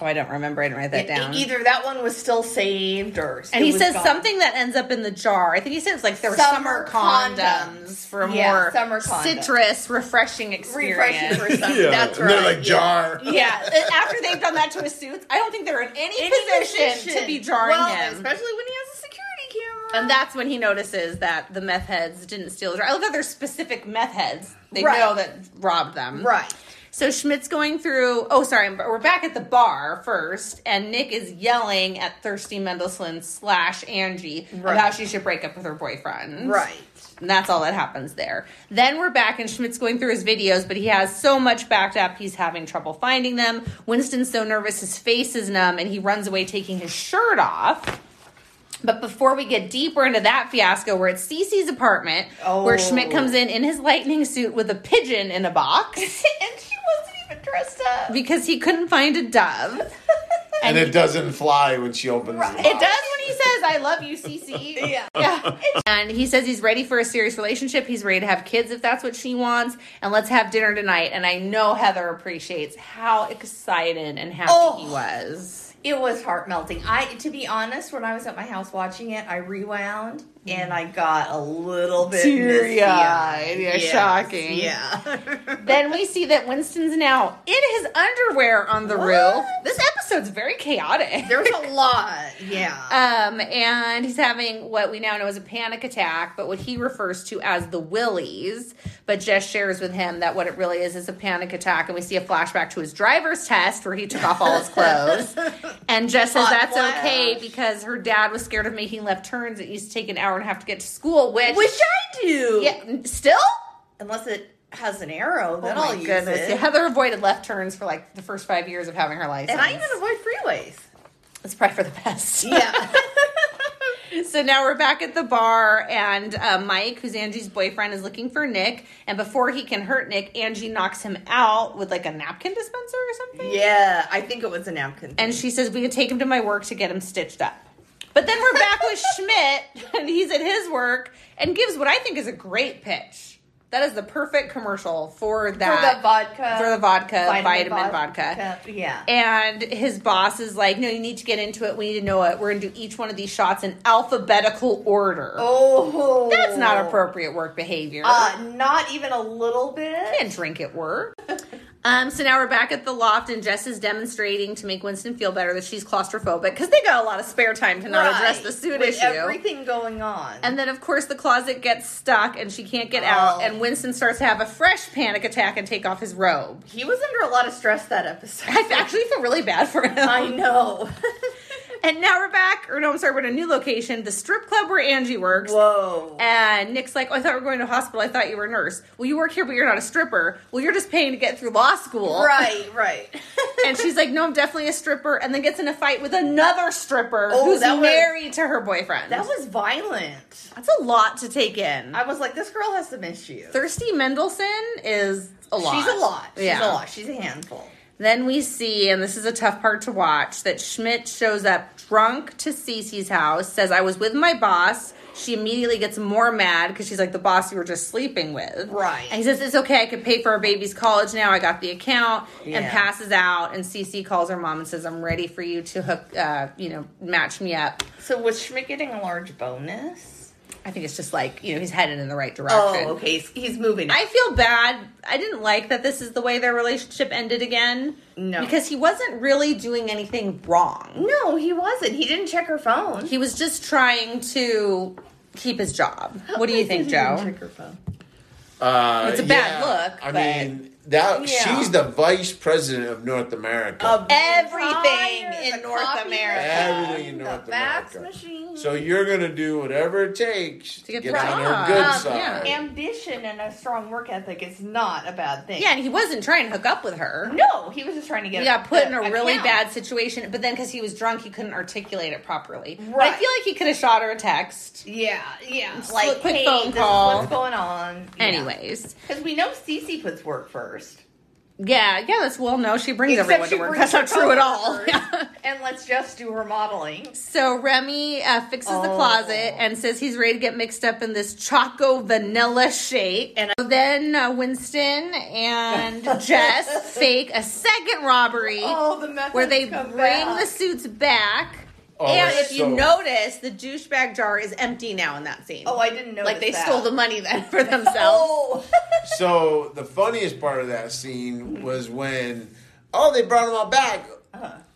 Oh, I don't remember. I didn't write that down.
Either that one was still saved, or
And
it
he
was
says
gone.
something that ends up in the jar. I think he says like they're summer,
Summer
condoms,
condoms.
for a
Yeah,
more
summer condoms.
citrus, refreshing experience.
refreshing for something. That's
and
right.
they're like jar.
yeah, and after they've done that to his suits, I don't think they're in any,
Any
position, to be jarring
Well,
him.
especially when he has a security camera.
and that's when he notices that the meth heads didn't steal the jar. I love that they're specific meth heads. They
Right.
know that robbed them.
right.
So Schmidt's going through. Oh, sorry, we're back at the bar first, and Nick is yelling at Thirsty Mendelsohn slash Angie
Right.
about she should break up with her boyfriend.
Right.
And that's all that happens there. Then we're back, and Schmidt's going through his videos, but he has so much backed up, he's having trouble finding them. Winston's so nervous, his face is numb, and he runs away taking his shirt off. But before we get deeper into that fiasco, we're at Cece's apartment, where
Oh.
Schmidt comes in in his lightning suit with a pigeon in a box
and she wasn't even dressed up.
because he couldn't find a dove.
And it doesn't fly when she opens the
Right.
It does when he says, I love you, Cece.
Yeah.
yeah. And he says he's ready for a serious relationship. He's ready to have kids if that's what she wants. And let's have dinner tonight. And I know Heather appreciates how excited and happy
Oh.
he was.
It was heart melting. I, to be honest, when I was at my house watching it, I rewound and I got a little bit
Teary-eyed.
misty-eyed.
Yeah, shocking.
Yeah.
then we see that Winston's now in his underwear on the roof. This episode's very chaotic.
there was a lot. Yeah.
Um, and he's having what we now know as a panic attack, but what he refers to as the willies. But Jess shares with him that what it really is is a panic attack, and we see a flashback to his driver's test where he took off all his clothes. And Jess says
Hot
that's
flash.
okay because her dad was scared of making left turns. It used to take an hour and a half to get to school, which,
Which I do.
Uh, yeah, still.
Unless it has an arrow, then
oh my
I'll use
goodness!
it.
Yeah, Heather avoided left turns for like the first five years of having her license.
And I even avoid freeways.
it's probably for the best.
Yeah.
so now we're back at the bar, and uh, Mike, who's Angie's boyfriend, is looking for Nick. And before he can hurt Nick, Angie knocks him out with like a napkin dispenser or something.
Yeah, I think it was a napkin.
And she says, We could take him to my work to get him stitched up. But then we're back with Schmidt, and he's at his work and gives what I think is a great pitch. That is the perfect commercial for
for
that.
the vodka.
for the vodka, vitamin
Yeah.
And his boss is like, No, you need to get into it. We need to know it. We're going to do each one of these shots in alphabetical order.
oh,
That's not appropriate work behavior.
Uh, not even a little
I
bit.
didn't drink at work. Um, so now we're back at the loft, and Jess is demonstrating to make Winston feel better that she's claustrophobic because they got a lot of spare time to not address the
Right.
suit
With
issue.
Everything going on.
And then, of course, the closet gets stuck and she can't get
Oh.
out. And Winston starts to have a fresh panic attack and take off his robe.
he was under a lot of stress that episode.
I actually feel really bad for him.
I know.
And now we're back, or no, I'm sorry, we're at a new location, the strip club where Angie works.
Whoa.
And Nick's like, oh, I thought we were going to a hospital. I thought you were a nurse. Well, you work here, but you're not a stripper. Well, you're just paying to get through law school.
right, right.
and she's like, "No, I'm definitely a stripper," and then gets in a fight with another stripper
Oh,
who's
that was-
married to her boyfriend.
that was violent.
that's a lot to take in.
I was like, this girl has some issues.
Thirsty Mendelson is a lot.
She's a lot. She's
Yeah.
a lot. She's a handful.
Then we see, and this is a tough part to watch, that Schmidt shows up drunk to Cece's house, says, "I was with my boss." She immediately gets more mad because she's like, "The boss you were just sleeping with."
Right.
And he says, "It's okay. I could pay for our baby's college now. I got the account." And
Yeah.
passes out. And Cece calls her mom and says, "I'm ready for you to hook, uh, you know, match me up."
So was Schmidt getting a large bonus?
I think it's just like, you know, he's headed in the right direction.
Oh, okay. He's, he's moving.
I feel bad. I didn't like that this is the way their relationship ended again.
No.
Because he wasn't really doing anything wrong.
no, he wasn't. He didn't check her phone.
He was just trying to keep his job. What do you think, Joe?
Check her phone.
Uh,
It's a bad look,
I
but-
mean, that
Yeah.
she's the vice president of North America.
Everything in North America.
Everything in North
the fax
America.
machine.
so you're gonna do whatever it takes to
get
get,
the
on
job.
her good
Um,
side.
yeah.
ambition and a strong work ethic is not a bad thing.
Yeah, and he wasn't trying to hook up with her.
No, he was just trying to get.
He got put
the
in a really
account.
bad situation, but then because he was drunk, he couldn't articulate it properly. But I
Right.
feel like he could have shot her a text.
Yeah, yeah.
Just a
Like,
quick
hey,
phone
this
call.
is what's going on?
Anyways.
because we know Cece puts work first.
Yeah, yeah, that's well, no, she brings
Except
everyone
she
to work.
brings
That's not
her
true at all.
coworkers. And let's just do her modeling.
So Remy uh, fixes the
Oh.
closet and says he's ready to get mixed up in this choco vanilla shake. And then uh, Winston and Jess fake a second robbery
Oh, the methods
where they
come
bring
back.
the suits back.
Oh,
and
it's
if you
so-
notice, the douchebag jar is empty now in that scene.
Oh, I didn't know.
like they stole the money then for themselves.
Oh,
So the funniest part of that scene was when oh they brought them all back,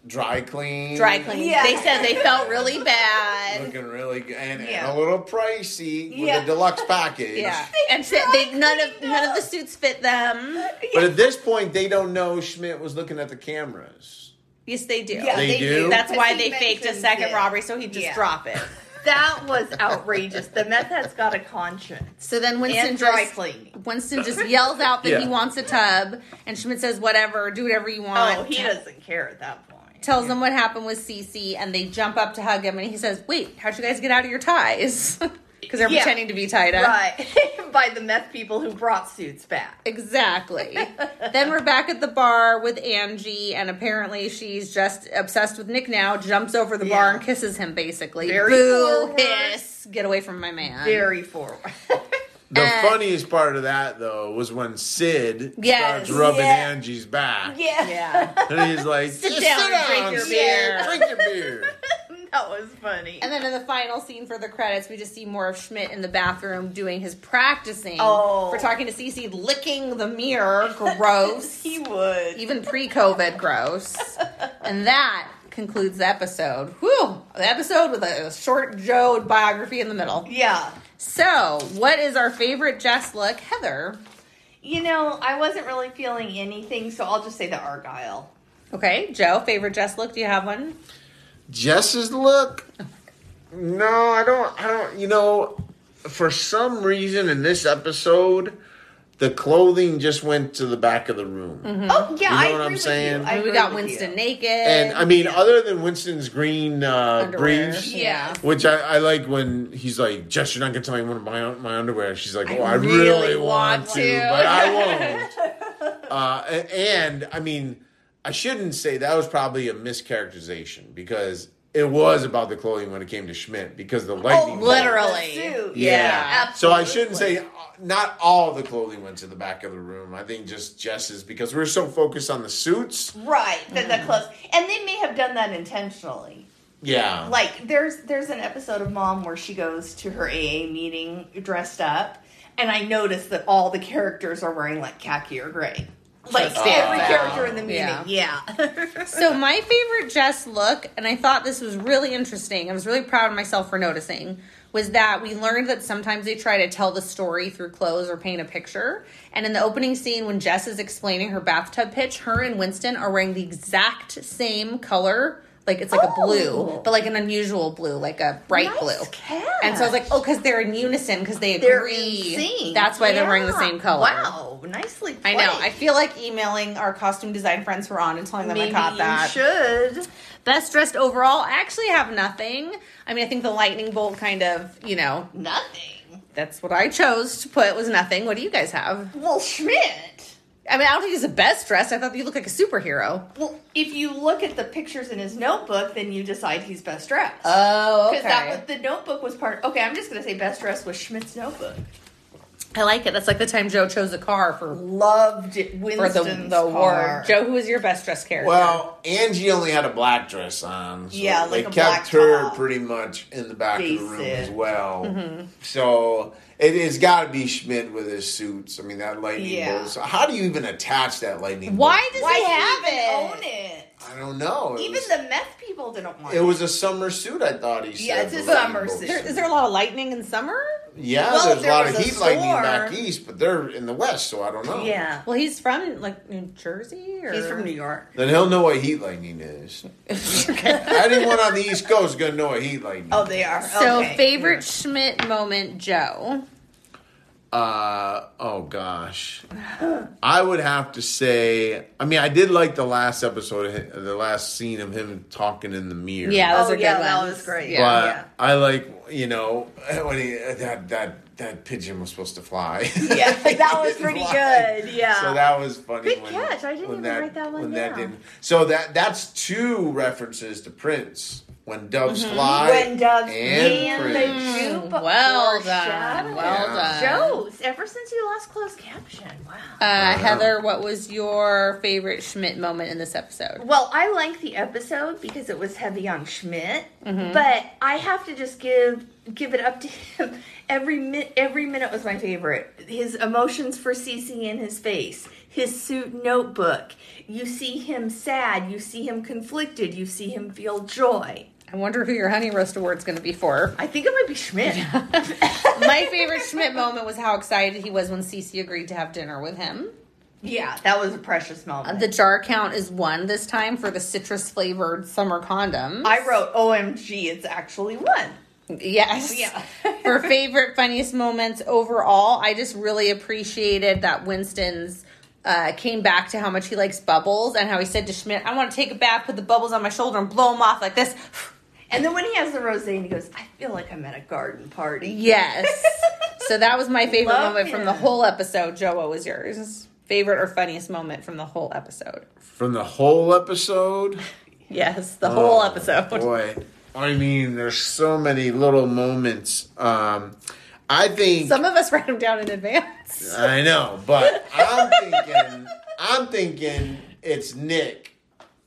dry clean,
Uh-huh. Dry cleaning.
Yeah.
They said they felt really bad.
looking really good and, and
Yeah.
a little pricey with
Yeah.
a deluxe package.
Yeah, and so they none of none of the suits fit them.
But at this point, they don't know Schmidt was looking at the cameras.
Yes, they do.
Yeah,
They do?
That's why
Because
they
he
faked a
mentions
second
it.
robbery so he'd just
Yeah.
drop it.
That was outrageous. The meth has got a conscience.
So then Winston
And dry
just
cleaning.
Winston just yells out that he
Yeah.
wants a tub, and Schmidt says, "Whatever, do whatever you want."
Oh, he doesn't care at that point.
Tells them what happened with Cece, and they jump up to hug him, and he says, "Wait, how'd you guys get out of your ties?" Because they're
Yeah.
pretending to be tied up.
Right. By the meth people who brought suits back.
Exactly. then we're back at the bar with Angie, and apparently she's just obsessed with Nick now, jumps over the bar
Yeah.
and kisses him basically.
Very
Boo,
forward.
hiss, get away from my man.
Very forward.
The
Uh,
funniest part of that though was when Sid
Yes.
starts rubbing
Yeah.
Angie's back,
yeah.
and he's like, "Just "Sit
down and drink your
Sid.
beer."
drink your beer."
that was funny.
And then in the final scene for the credits, we just see more of Schmidt in the bathroom doing his practicing
Oh.
for talking to Cece, licking the mirror. Gross.
he would.
Even pre COVID, gross. And that concludes the episode. Whew! The episode with a short Joe biography in the middle.
Yeah.
So, what is our favorite Jess look, Heather?
You know, I wasn't really feeling anything, so I'll just say the Argyle.
Okay, Joe, favorite Jess look? Do you have one?
Jess's look? No, I don't. I don't. You know, for some reason in this episode, the clothing just went to the back of the room.
Mm-hmm.
Oh yeah,
You
I
know what
agree
I'm
with
saying?
You. I
I mean, we
agree
got
with you.
Winston naked.
And I mean, other than Winston's green uh,
Underwear.
briefs,
Yeah.
which I, I like when he's like, Jess, you're not gonna tell me what my my underwear. She's like, Oh, I, really, want, to, but I won't. uh, a- and I mean, I shouldn't say that was probably a mischaracterization because it was about the clothing when it came to Schmidt because the lightning. bolt-
literally.
The suit,
Yeah.
yeah.
So I shouldn't say uh, not all the clothing went to the back of the room. I think just Jess's because we we're so focused on the suits.
Right, that the clothes, and they may have done that intentionally.
Yeah.
Like there's there's an episode of Mom where she goes to her AA meeting dressed up, and I noticed that all the characters are wearing like khaki or gray. Like every
out.
character in the meeting,
Yeah.
yeah.
So my favorite Jess look, and I thought this was really interesting. I was really proud of myself for noticing. Was that we learned that sometimes they try to tell the story through clothes or paint a picture. And in the opening scene, when Jess is explaining her bathtub pitch, her and Winston are wearing the exact same color. Like it's like a blue, but like an unusual blue, like a bright
Oh. Nice
blue.
catch.
And so I was like, oh, because they're in unison, because they
They're
agree.
in sync.
That's why they're wearing the
Yeah.
same color.
Wow, nicely.
I
Played.
know. I feel like emailing our costume design friends who are on and telling them
Maybe
I caught that.
you should.
Best dressed overall, I actually have nothing. I mean, I think the lightning bolt kind of, you know,
Nothing.
that's what I chose to put was nothing. What do you guys have?
Well, Schmidt.
I mean, I don't think he's the best dressed. I thought you looked like a superhero.
Well, if you look at the pictures in his notebook, then you decide he's best dressed.
Oh,
Because that was the notebook was part. Okay, I'm just gonna say best dressed was Schmidt's notebook.
I like it. That's like the time Joe chose a car for
Loved it.
for
Winston's
the the award. Joe, who was your best dressed character?
Well, Angie only had a black dress on. So
Yeah, like
they
a
kept
black
her
top.
pretty much in the back of the room
Basic. Mm-hmm.
as well. So it, it's got to be Schmidt with his suits. I mean, that lightning
Yeah.
bolt. So how do you even attach that lightning?
why does
Why
he have it?
even own it?
bolt? I don't know. It
Even
was,
the meth people didn't want it.
it was a summer suit. I thought he said.
Yeah, it's a
the lightning
summer
bolt.
suit.
There, is there a lot of lightning in summer?
Yeah,
Well,
there's
there
a lot
was
of
a
heat lightning
storm.
back east, but they're in the west, so I don't know.
yeah.
Well, he's from like New Jersey, or
He's from New York.
Then he'll know what heat lightning is. Anyone on the East Coast is gonna know what heat lightning.
Oh, they are.
So,
okay.
favorite Schmidt moment, Joe.
Uh oh gosh. I would have to say I mean I did like the last episode of hi- the last scene of him talking in the mirror.
Yeah, those
Oh,
are
yeah,
good
that
ones.
was great.
Yeah.
But
yeah.
I like you know when he that that that pigeon was supposed to fly.
Yeah, that was pretty
Why?
good. Yeah.
So that was funny.
Good
when,
catch. I didn't
when
even write that one
when
down.
didn't- so that that's two references to Prince. When doves fly,
Mm-hmm. when doves
and
and
Prince.
they do, but
Hmm, Well
foreshadow.
done. Well
Yeah.
done.
Joes. Ever since you lost closed caption, wow.
Uh, Heather, what was your favorite Schmidt moment in this episode?
Well, I like the episode because it was heavy on Schmidt, but I have to just give give it up to him. Every minute, every minute was my favorite. His emotions for Cece in his face, his suit notebook. You see him sad. You see him conflicted. You see him feel joy.
I wonder who your Honey Roast Award's going to be for.
I think it might be Schmidt.
My favorite Schmidt moment was how excited he was when Cece agreed to have dinner with him.
yeah, that was a precious moment.
Uh, The jar count is one this time for the citrus flavored summer condom.
I wrote OMG, it's actually one.
Yes.
Yeah.
For favorite funniest moments overall, I just really appreciated that Winston's uh, came back to how much he likes bubbles and how he said to Schmidt, "I want to take a bath, put the bubbles on my shoulder, and blow them off like this."
And then when he has the rose and he goes, I feel like I'm at a garden party.
Yes. so that was my favorite
Love
moment from the
him.
whole episode. Joe, what was yours? Favorite or funniest moment from the whole episode?
From the whole episode.
Yes, the whole
Oh,
episode.
Boy, I mean, there's so many little moments. Um, I think
Some of us write them down in advance.
I know, but I'm thinking, I'm thinking it's Nick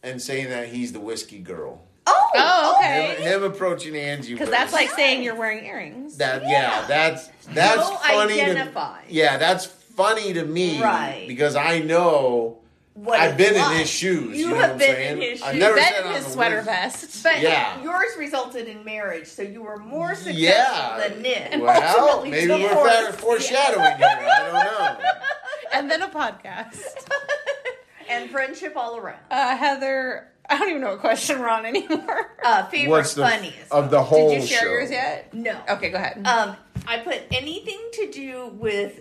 and saying that he's the whiskey girl.
Oh,
Him,
okay.
him approaching Angie
Because
was-
that's like saying you're wearing earrings.
that. Yeah, that's that's
No
funny. to-
identify.
yeah, that's funny to me,
Right.
Because I know.
What
I've
it's
been in
like.
his shoes.
You
know
have
what I'm
been
saying?
in his
I've
shoes.
never
You've
said
Ben in
I'm
his
the
sweater
whis-
vest.
But
Yeah.
yours resulted in marriage, so you were more successful
Yeah.
than Nick. And
Well,
ultimately
maybe
the
we're
horse-
fa- foreshadowing here. I don't know.
and then a podcast.
And friendship all around.
Uh, Heather, I don't even know what question we're on anymore.
Uh, favorite
What's the
funniest.
of the whole
Did you share
show?
yours yet? Uh,
no.
Okay, go ahead.
Um, I put anything to do with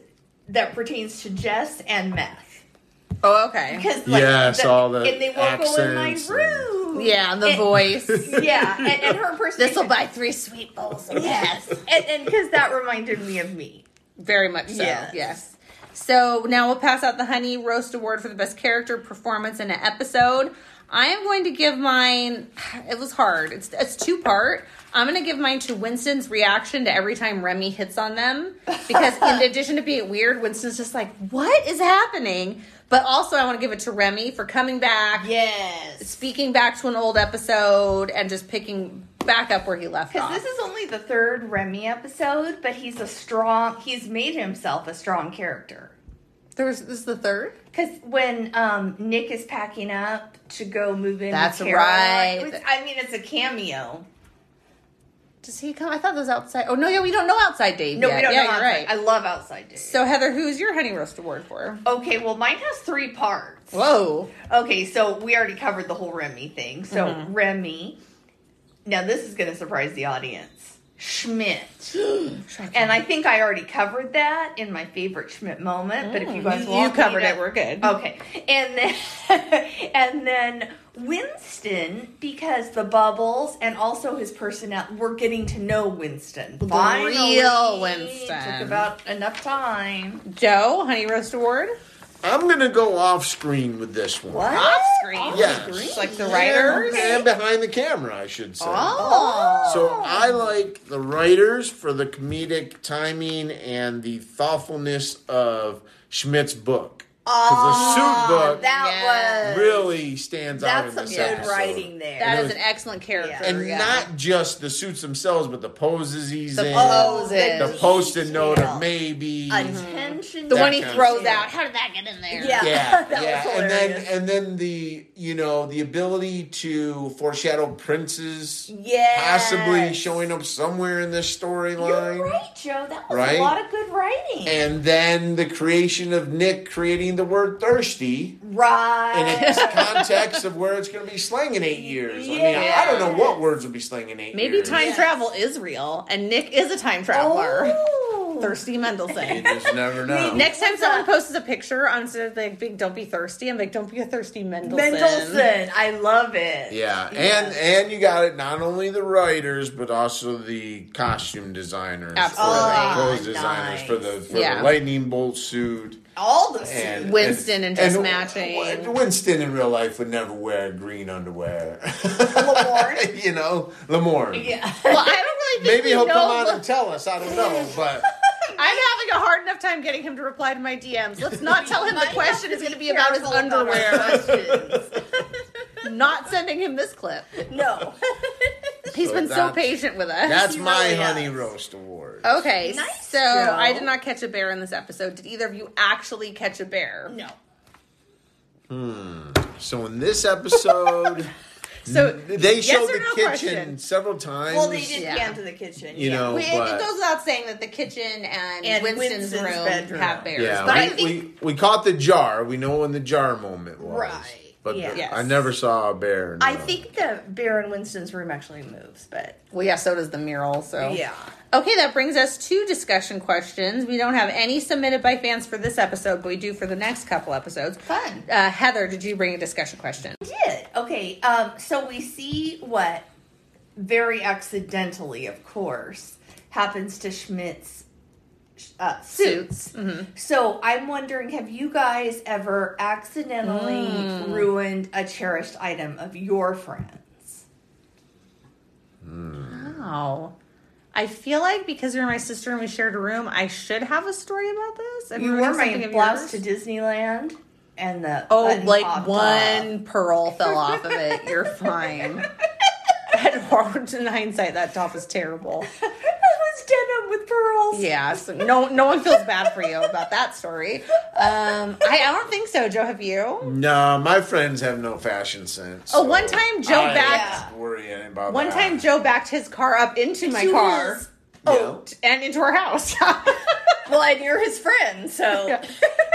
that pertains to Jess and meth.
Oh, okay.
Because like,
Yes, all the
and they won't go in my
accents and-
room.
Yeah, and the
And-
voice.
yeah, and, and her person.
This will buy three sweet bowls. of
Yes, and because that reminded me of me.
Very much so. Yes.
Yes.
So now we'll pass out the Honey Roast Award for the best character performance in an episode. I am going to give mine. It was hard. It's it's two part. I'm going to give mine to Winston's reaction to every time Remy hits on them because in addition to being weird, Winston's just like, "What is happening?" But also, I want to give it to Remy for coming back,
Yes,
speaking back to an old episode, and just picking back up where he left
because
off.
this is only the third Remy episode, but he's a strong. He's made himself a strong character.
there was, this is the third.
Because when um, Nick is packing up to go move in,
That's
with Caroline,
right.
it was- I mean, it's a cameo.
Does he come? I thought that was outside. Oh no, yeah, we don't know outside Dave.
No,
yet.
we don't
yeah,
know.
You're
outside.
right.
I love outside Dave.
so Heather, who's your honey roast award for?
okay, well, mine has three parts.
Whoa,
Okay, so we already covered the whole Remy thing. So
Mm-hmm.
Remy. Now this is going to surprise the audience. Schmidt. and I think I already covered that in my favorite Schmidt moment. but if you guys
Mm. you,
want me
covered
to-
it. We're good.
Okay, and then and then Winston because the bubbles and also his personnel. We're getting to know Winston. The
real Winston.
took about enough time.
Joe, honey roast award.
I'm gonna go off screen with this one.
Off screen.
Yes.
Just like the writers.
and behind the camera, I should say.
Oh.
So I like the writers for the comedic timing and the thoughtfulness of Schmidt's book. Because the suit book
That
yes.
was
really stands out
that's
in
some
this
good
episode.
writing there.
That
Really-
is an excellent character.
And
yeah.
not just the suits themselves, but the poses he's
The
in.
poses.
The post-it note of maybe.
attention.
the
that
one he
kind of
throws
stuff.
out. How did that get in there?
Yeah.
yeah,
That was
yeah. and then
hilarious.
and then the you know the ability to foreshadow princes
yeah,
possibly showing up somewhere in this storyline.
You're right, Joe. That was
Right?
a lot of good writing.
And then the creation of Nick creating the word thirsty in
right.
its context of where it's going to be slang in eight years. I mean, I don't know what words will be slang in eight
Maybe
years.
time travel is real, and Nick is a time traveler.
Oh.
Thirsty Mendelsohn.
You just never know.
Next time someone posts a picture on instead of like big don't be thirsty, I'm like, don't be a thirsty Mendelsohn.
Mendelsohn. I love it.
yeah, and and you got it. Not only the writers, but also the costume designers,
Absolutely.
or the
Oh,
clothes designers for the for
Yeah.
the lightning bolt suit.
All the
And,
Winston and just matching.
matching. Winston in real life would never wear green underwear.
Lamorne?
you know, Lamorne.
Yeah.
Well, I don't really think
Maybe he'll
we
come
know.
out and tell us. I don't know, but
I'm having a hard enough time getting him to reply to my DMs. Let's not tell him the question is going to be about his underwear. not sending him this clip.
no.
He's
So
been so
that's-
patient with us.
that's
He
my
really
honey
is.
roast award.
okay,
Nice,
so
Joe.
I did not catch a bear in this episode. Did either of you actually catch a bear?
No.
So in this episode,
So
they
yes
show
or
the
no
kitchen
question?
several times.
Well, they did
Yeah.
yeah. to the kitchen.
You
yeah.
know,
We, it
but
goes without saying that the kitchen and,
And
Winston's,
Winston's
room
bedroom.
have bears.
yeah,
but
we,
I think
we we caught the jar. We know when the jar moment was,
Right,
But the-
yes.
I never saw a bear. no.
I think the Baron Winston's room actually moves, but
Well, yeah, so does the mural. So
yeah.
Okay, that brings us to discussion questions. We don't have any submitted by fans for this episode, but we do for the next couple episodes.
Fun.
Uh, Heather, did you bring a discussion question?
did. Okay, um, so we see what very accidentally, of course, happens to Schmidt's uh, suits. mm-hmm. So I'm wondering, have you guys ever accidentally ruined a cherished item of your friends?
Oh, I feel like because you're my sister and we shared a room, I should have a story about this. Have
You
written
wore my
something of
blouse to
yours?
Disneyland, and the
Oh,
button
like
popped
one
off.
pearl fell off of it. You're fine. That- In hindsight, that top is terrible.
it was denim with pearls.
Yeah, so no, no one feels bad for you about that story. Um, I, I don't think so. Joe, have you?
no, my friends have no fashion sense.
Oh,
so
one time Joe
I
backed-
don't worry about
One
that.
time, Joe backed his car up into my
To
car
his-
Yeah.
and into our house.
Well, and you're his friend, so.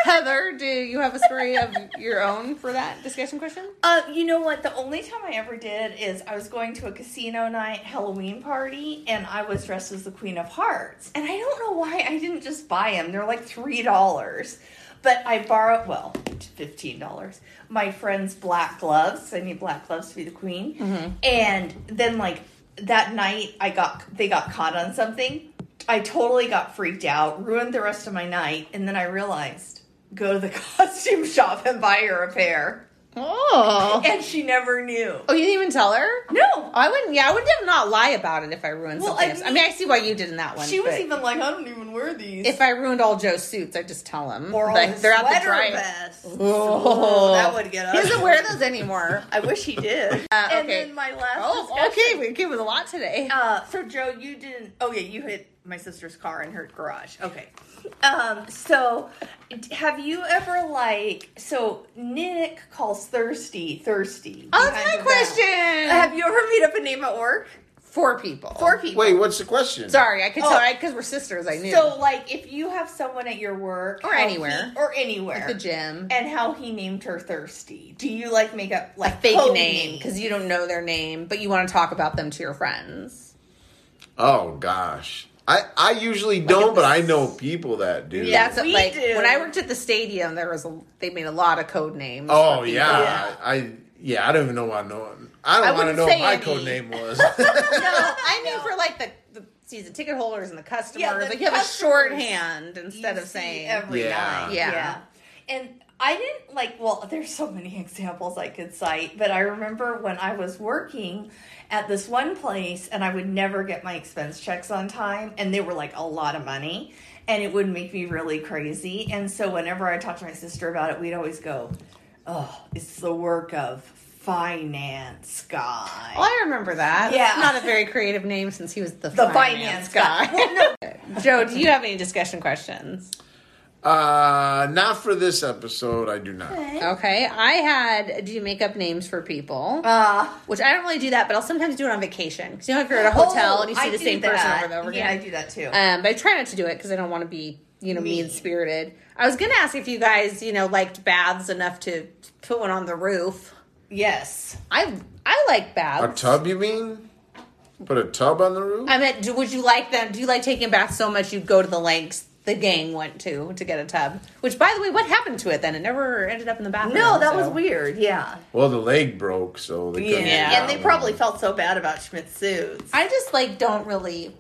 Heather, do you have a story of your own for that discussion question?
Uh, you know what? The only time I ever did is I was going to a casino night Halloween party, and I was dressed as the Queen of Hearts. And I don't know why I didn't just buy them. They're like three dollars, but I borrowed well fifteen dollars. My friend's black gloves. I need black gloves to be the queen. And then like that night, I got they got caught on something. I totally got freaked out, ruined the rest of my night, and then I realized go to the costume shop and buy her a pair.
Oh.
And she never knew.
Oh, you didn't even tell her?
No.
I wouldn't. Yeah, I would def- not lie about it if I ruined
Well,
something.
I
I mean, I see why you did in that one.
She was
but
even like, I don't even wear these.
If I ruined all Joe's suits, I'd just tell him.
Or all
Like,
his
they're out the
sweater
dryer.
vests.
Oh.
Ooh, that would get
He doesn't
ugly.
wear those anymore.
I wish he did.
Uh,
And
okay.
then my last
Oh, okay. We came with a lot today.
Uh, so Joe, you didn't. Oh yeah, you hit my sister's car in her garage. Okay. Um, so have you ever like so Nick calls thirsty thirsty?
Oh,
behind
that's my
her back.
question.
Have you ever made up a name at work?
Four people.
Four people.
Wait, what's the question?
Sorry, I could
Oh.
tell because we're sisters. I knew.
So like if you have someone at your work
Or
how he-
anywhere.
or anywhere
the gym.
and how he named her thirsty. Do you like make up like
fake
code
name because you don't know their name, but you want to talk about them to your friends.
Oh gosh, I I usually don't, but I know people that do.
Yeah,
That's what,
we
like
do.
when I worked at the stadium, there was a, they made a lot of code names.
Oh
for
yeah.
Yeah.
I yeah. I don't even know what I know. I
I
don't want to
wouldn't
know
say
what my
any.
code name was.
people. no, I knew for like the, the season ticket holders and the customers,
the
like you have a
customers.
shorthand instead
you
of
see
saying
every
Yeah.
night.
Yeah.
And I didn't like well, there's so many examples I could cite, but I remember when I was working at this one place and I would never get my expense checks on time and they were like a lot of money and it would make me really crazy. And so whenever I talked to my sister about it, we'd always go, Oh, it's the work of finance guy.
Oh, I remember that.
Yeah.
It's not a very creative name since he was the,
The
finance,
finance
guy.
guy.
Joe, do you have any discussion questions?
uh, not for this episode. I do not.
Okay. I had do you make up names for people?
Uh,
which I don't really do that, but I'll sometimes do it on vacation. Because you know, if you're at a hotel
oh,
and you see
I
the
do
same person
that.
over and over
Yeah, I
again.
do that too.
Um, but I try not to do it because I don't want to be, you know, mean spirited. I was going to ask if you guys, you know, liked baths enough to put one on the roof.
yes.
I I like
A
baths.
tub, you mean? Put a tub on the roof?
I meant, do, would you like them? Do you like taking baths so much you'd go to the lengths the gang went to to get a tub? Which, by the way, what happened to it then? It never ended up in the bathroom.
No, that was
so-
weird. Yeah.
well, the leg broke, so they
Yeah.
couldn't-
And they probably felt so bad about Schmidt's suits.
I just like don't really.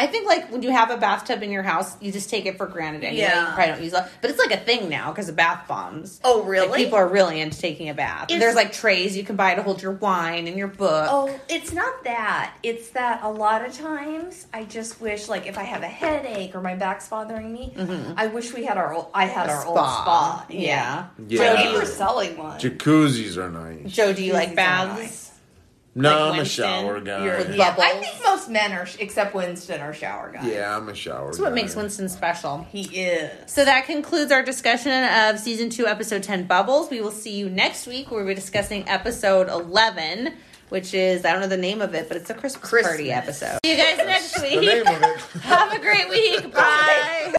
I think like when you have a bathtub in your house, you just take it for granted anyway.
Yeah.
You probably don't use it, but it's like a thing now because of bath bombs.
Oh,
Like,
really?
people are really into taking a bath.
It's-
There's like trays you can buy to hold your wine and your book.
oh, it's not that. It's that a lot of times I just wish, like, if I have a headache or my back's bothering me, I wish we had our old. I had
Mm-hmm. A
our old
spa.
spa.
Yeah.
So
Yeah.
we were selling one.
Jacuzzis are nice.
Joe, do you like
Jesus,
baths?
no, I'm a
Winston,
shower guy.
you're- With
Yeah, I
bubbles.
think most men are, except Winston, are shower guys.
yeah, I'm a shower.
That's what makes Winston special.
He is.
So that concludes our discussion of season two, episode 10 Bubbles. We will see you next week where we're discussing episode 11, which is, I don't know the name of it, but it's a Christmas, party episode. See you guys next
The
week.
name of it.
Have a great week. Bye.